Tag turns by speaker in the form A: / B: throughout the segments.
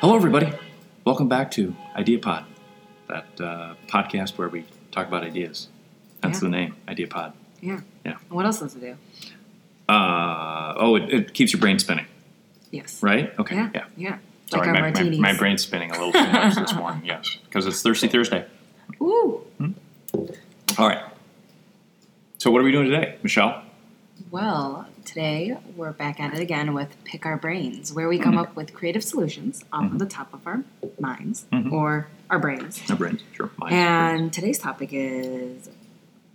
A: Hello, everybody. Welcome back to IdeaPod, that uh, podcast where we talk about ideas. That's the
B: Yeah.
A: name, IdeaPod.
B: Yeah.
A: Yeah.
B: And what else does it do?
A: Uh, oh, it, it keeps your brain spinning,
B: Yes.
A: right? Okay,
B: Yeah.
A: yeah.
B: Yeah.
A: Sorry,
B: like our
A: my, my,
B: martinis.
A: my brain's spinning a little too much this morning, yes, because it's Thirsty Thursday.
B: Ooh.
A: All right. So, what are we doing today, Michelle?
B: Well, today we're back at it again with Pick Our Brains, where we come
A: Mm-hmm.
B: up with creative solutions off of the top of our minds
A: Mhm.
B: or our brains.
A: No brains, sure. Mine.
B: And today's topic is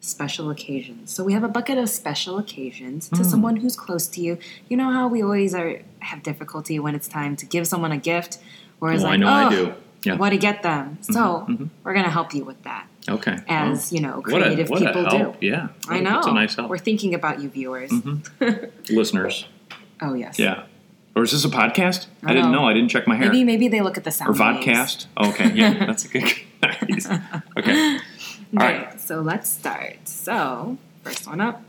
B: special occasions. So we have a bucket of special occasions to
A: Mm.
B: someone who's close to you. You know how we always are have difficulty when it's time to give someone a gift, or it's
A: Oh,
B: like,
A: I know I
B: "Ugh,
A: do. Yeah.
B: what to get them. So
A: mhm.
B: we're going to help you with that,
A: Okay.
B: as you know,
A: Well, what a,
B: creative
A: what a
B: people
A: help.
B: do.
A: Yeah.
B: I know.
A: It's a nice help.
B: We're thinking about you, viewers.
A: Listeners.
B: Oh yes.
A: Yeah. Or is this a podcast? I,
B: I
A: didn't
B: know.
A: know. I didn't check my hair.
B: Maybe maybe they look at the sound.
A: or
B: waves.
A: vodcast. Oh, Okay, yeah, that's a good. okay, all
B: Okay,
A: right.
B: So let's start. So first one up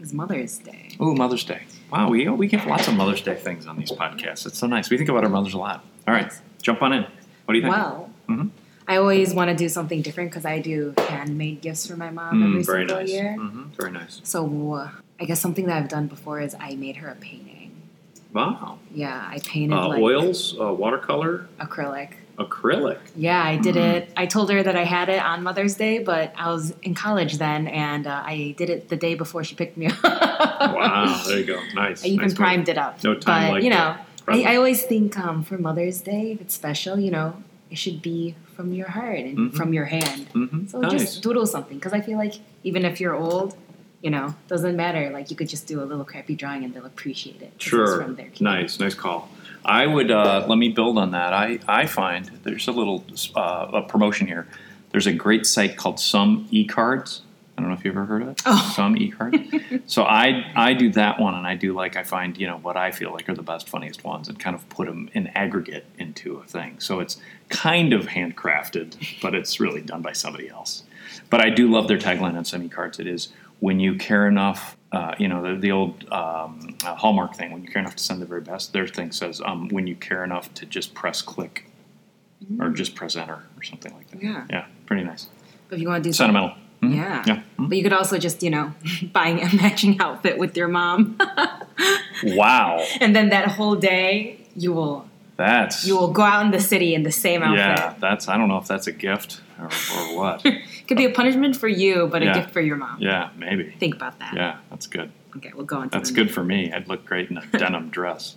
B: is Mother's Day.
A: Oh, Mother's Day. Wow, we we get lots of Mother's Day things on these podcasts. It's so nice. We think about our mothers a lot. All right, jump on in. What do you think?
B: Well.
A: Mhm.
B: I always want to do something different because I do handmade gifts for my mom every
A: Mm, very
B: single
A: nice.
B: year.
A: hmm very nice.
B: So uh, I guess something that I've done before is I made her a painting.
A: Wow.
B: Yeah, I painted
A: Uh,
B: like
A: oils, uh, watercolor,
B: acrylic.
A: acrylic.
B: Yeah, I did
A: Mm.
B: it. I told her that I had it on Mother's Day, but I was in college then, and uh, I did it the day before she picked me up.
A: Wow, there you go. Nice.
B: I even
A: nice one.
B: primed it up.
A: No time
B: but,
A: like
B: you know,
A: that.
B: I,
A: Present.
B: I always think um, for Mother's Day, if it's special, you know, it should be from your heart and
A: Mhm.
B: from your hand.
A: Mhm,
B: So
A: nice.
B: just doodle something, because I feel like even if you're old, you know, doesn't matter. Like you could just do a little crappy drawing, and they'll appreciate it. 'cause it's
A: Sure.
B: from their kid.
A: Nice, nice call. I would uh, let me build on that. I I find there's a little uh, a promotion here. There's a great site called Some eCards. I don't know if you've ever heard of it.
B: Oh.
A: Some eCard. so I I do that one, and I do like I find you know what I feel like are the best, funniest ones, and kind of put them in aggregate into a thing. So it's kind of handcrafted, but it's really done by somebody else. But I do love their tagline on Some eCards. It is when you care enough. Uh, you know the, the old um, uh, Hallmark thing. When you care enough to send the very best, their thing says um, when you care enough to just press click or just press enter or something like that.
B: Mm-hmm.
A: yeah,
B: Yeah.
A: pretty nice.
B: But if you want to do something.
A: Sentimental. Mhm.
B: Yeah.
A: Yeah. Mhm.
B: But you could also just, you know, buying a matching outfit with your mom.
A: Wow,
B: and then that whole day you will
A: that's
B: you will go out in the city in the same
A: Yeah,
B: outfit.
A: that's I don't know if that's a gift or, or what.
B: Could be a punishment for you, but
A: Yeah.
B: a gift for your mom.
A: yeah, maybe.
B: Think about that.
A: Yeah, that's good.
B: Okay, we'll go on to
A: That's
B: the-
A: good for me. I'd look great in a denim dress.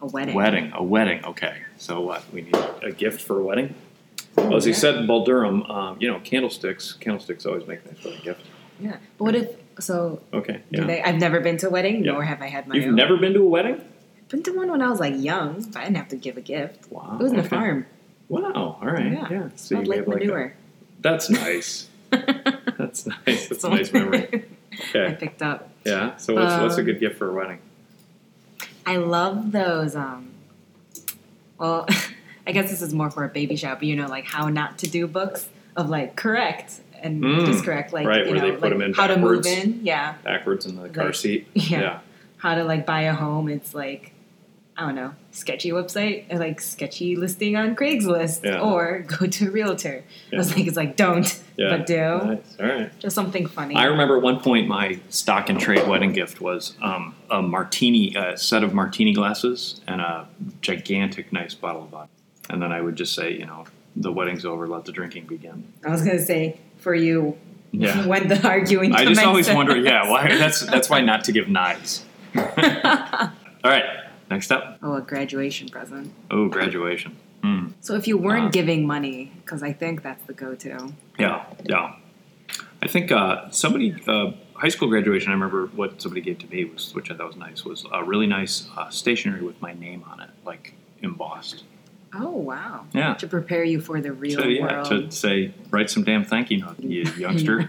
B: a wedding.
A: Wedding, a wedding. Okay, so what? We need a gift for a wedding. Well, as he said in Baldurham, um, you know, candlesticks. Candlesticks always make nice wedding gifts.
B: Yeah. But what if so
A: Okay.
B: do
A: Yeah.
B: they I've never been to a wedding,
A: Yeah.
B: nor have I had my
A: You've
B: own.
A: never been to a wedding?
B: been to one when I was like young, but I didn't have to give a gift.
A: Wow.
B: It was in a
A: okay.
B: farm.
A: Wow. All right.
B: Yeah.
A: Yeah. So
B: Smelled
A: you
B: like
A: have like a-
B: manure.
A: that's nice. that's nice. That's a nice memory.
B: I
A: Okay.
B: picked up.
A: Yeah. So what's, what's a
B: Um,
A: good gift for a wedding?
B: I love those. Um, well, I guess this is more for a baby shower, but you know, like how not to do books of like correct and
A: Mm,
B: just correct, like
A: right,
B: you
A: where
B: know,
A: they put
B: like
A: 'em in
B: how
A: backwards.
B: to move in, yeah,
A: Backwards in the car
B: Like-
A: seat.
B: yeah.
A: yeah.
B: how to like buy a home. It's like I don't know, sketchy website, or, like sketchy listing on Craigslist,
A: Yeah.
B: or go to a realtor. I was
A: Yeah.
B: like, it's like don't,
A: Yeah.
B: but do
A: Nice. All right.
B: just something funny.
A: I remember at one point my stock and trade wedding gift was um, a martini, a set of martini glasses, and a gigantic, nice bottle of vodka. And then I would just say, you know, the wedding's over, let the drinking begin.
B: I was gonna say for you
A: Yeah.
B: when the arguing.
A: I just always
B: commences.
A: wonder, yeah, why? That's that's why not to give knives. All right. Next up,
B: Oh, a graduation present.
A: oh, graduation. Hmm.
B: So if you weren't
A: Uh,
B: giving money, because I think that's the go-to.
A: Yeah, yeah. I think uh, somebody uh, high school graduation. I remember what somebody gave to me was, which I thought was nice, was a really nice uh, stationery with my name on it, like embossed.
B: Oh wow!
A: Yeah.
B: To prepare you for the real
A: so yeah,
B: world.
A: to say write some damn thank you note, you youngster,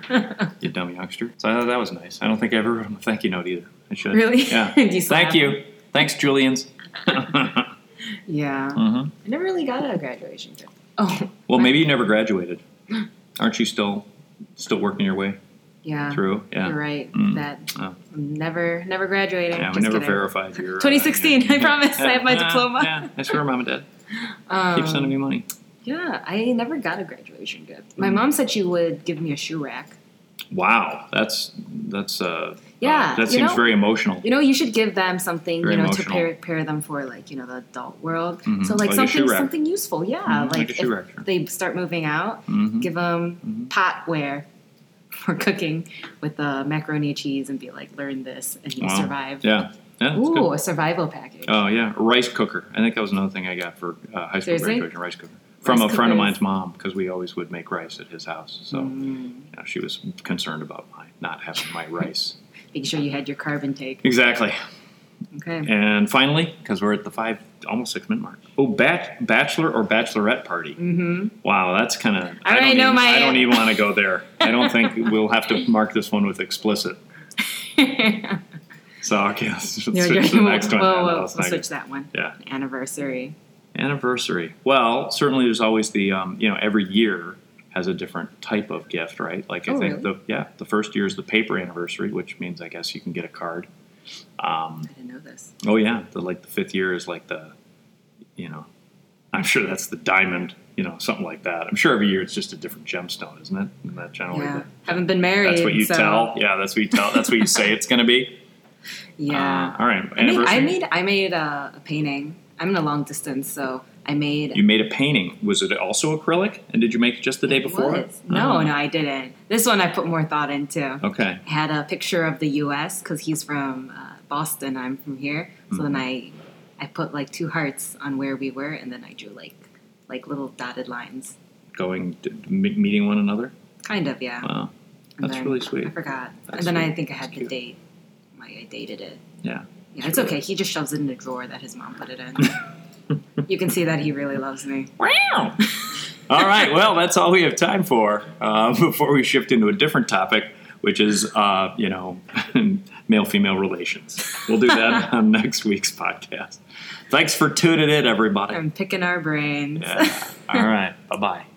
A: you dumb youngster. So I thought that was nice. I don't think I ever wrote a thank you note either. I should.
B: Really?
A: Yeah.
B: Do you still
A: thank
B: have
A: you. Thanks, Julian's.
B: Mm-hmm.
A: hmm
B: Yeah. I never really got a graduation gift. Oh.
A: Well,
B: my-
A: maybe you never graduated. Aren't you still still working your way
B: Yeah.
A: through? Yeah.
B: You're right.
A: Mm.
B: That
A: Oh.
B: never, never graduating.
A: Yeah, we
B: Just
A: never
B: kidding.
A: verified your. uh,
B: 2016, I promise, I have my diploma.
A: Yeah, I swear, mom and dad.
B: Um,
A: Keep sending me Mm. money.
B: Yeah, I never got a graduation gift. My mom said she would give me a shoe rack.
A: Wow, that's that's uh
B: Yeah,
A: uh, that
B: you
A: seems
B: know-
A: very emotional.
B: You know, you should give them something,
A: Very
B: you know, to
A: emotional.
B: pair, pair them for like, you know, the adult world.
A: Mhm,
B: So
A: like
B: like,
A: a shoe
B: something
A: rack.
B: something useful. Yeah,
A: Mhm,
B: like,
A: like a shoe
B: if
A: rack, sure.
B: they start moving out,
A: Mhm.
B: give them
A: Mhm.
B: potware for cooking with uh, macaroni and cheese and be like, learn this and you'll
A: Wow.
B: survive.
A: Yeah, yeah, that's
B: Ooh,
A: good.
B: a survival package.
A: Oh yeah, rice cooker. I think that was another thing I got for uh, high school
B: Seriously?
A: graduation. Rice cooker from a
B: Rice
A: friend of mine's
B: cookers.
A: mom because we always would make rice at his house. So
B: Mm,
A: you know, she was concerned about my not having my rice.
B: making sure you had your carb intake.
A: exactly.
B: Okay.
A: And finally, because we're at the five, almost six minute mark. Oh, bat, bachelor or bachelorette party.
B: Mm-hmm.
A: Wow, that's kind of.
B: I already
A: don't
B: know
A: even,
B: my-
A: I don't even want to go there. I don't think we'll have to mark this one with explicit. So okay, let's switch to the next one.
B: whoa,
A: then.
B: whoa,
A: That
B: we'll
A: was not
B: switch that one.
A: good. Yeah,
B: Anniversary.
A: anniversary. Well, certainly there's always the um, you know every year has a different type of gift, right? Like I
B: Oh,
A: think
B: really?
A: the yeah the first year is the paper anniversary, which means I guess you can get a card. Um,
B: I didn't know this.
A: Oh yeah, the like the fifth year is like the, you know, I'm sure that's the diamond, you know, something like that. I'm sure every year it's just a different gemstone, isn't it? Isn't that generally
B: Yeah. uh,
A: the-
B: Haven't been married.
A: that's what you
B: so-
A: tell. Yeah, that's what you tell. That's what you say it's going to be.
B: Yeah.
A: Uh, all right.
B: I made
A: Anniversary.
B: I made, I made a, a painting. I'm in a long distance, so I made.
A: you made a painting. Was it also acrylic? And did you make it just the day before?
B: What? No,
A: Oh,
B: no, I didn't. This one I put more thought into.
A: Okay.
B: I had a picture of the U.S. because he's from uh, Boston. I'm from here, so then
A: Mm-hmm.
B: I I put like two hearts on where we were, and then I drew like like little dotted lines.
A: Going to, me- meeting one another.
B: Kind of, yeah.
A: Wow,
B: And
A: that's
B: then-
A: really
B: I
A: sweet.
B: forgot.
A: That's
B: and then I
A: sweet.
B: think I had
A: That's
B: the
A: cute.
B: date. Like I dated it.
A: Yeah.
B: Yeah, it's okay. He just shoves it in a drawer that his mom put it in. you can see that he really loves me.
A: Wow. all right. Well, that's all we have time for uh, before we shift into a different topic, which is, uh, you know, male female relations. We'll do that on next week's podcast. Thanks for tuning in, everybody.
B: I'm picking our brains.
A: Yeah. All right. Bye bye.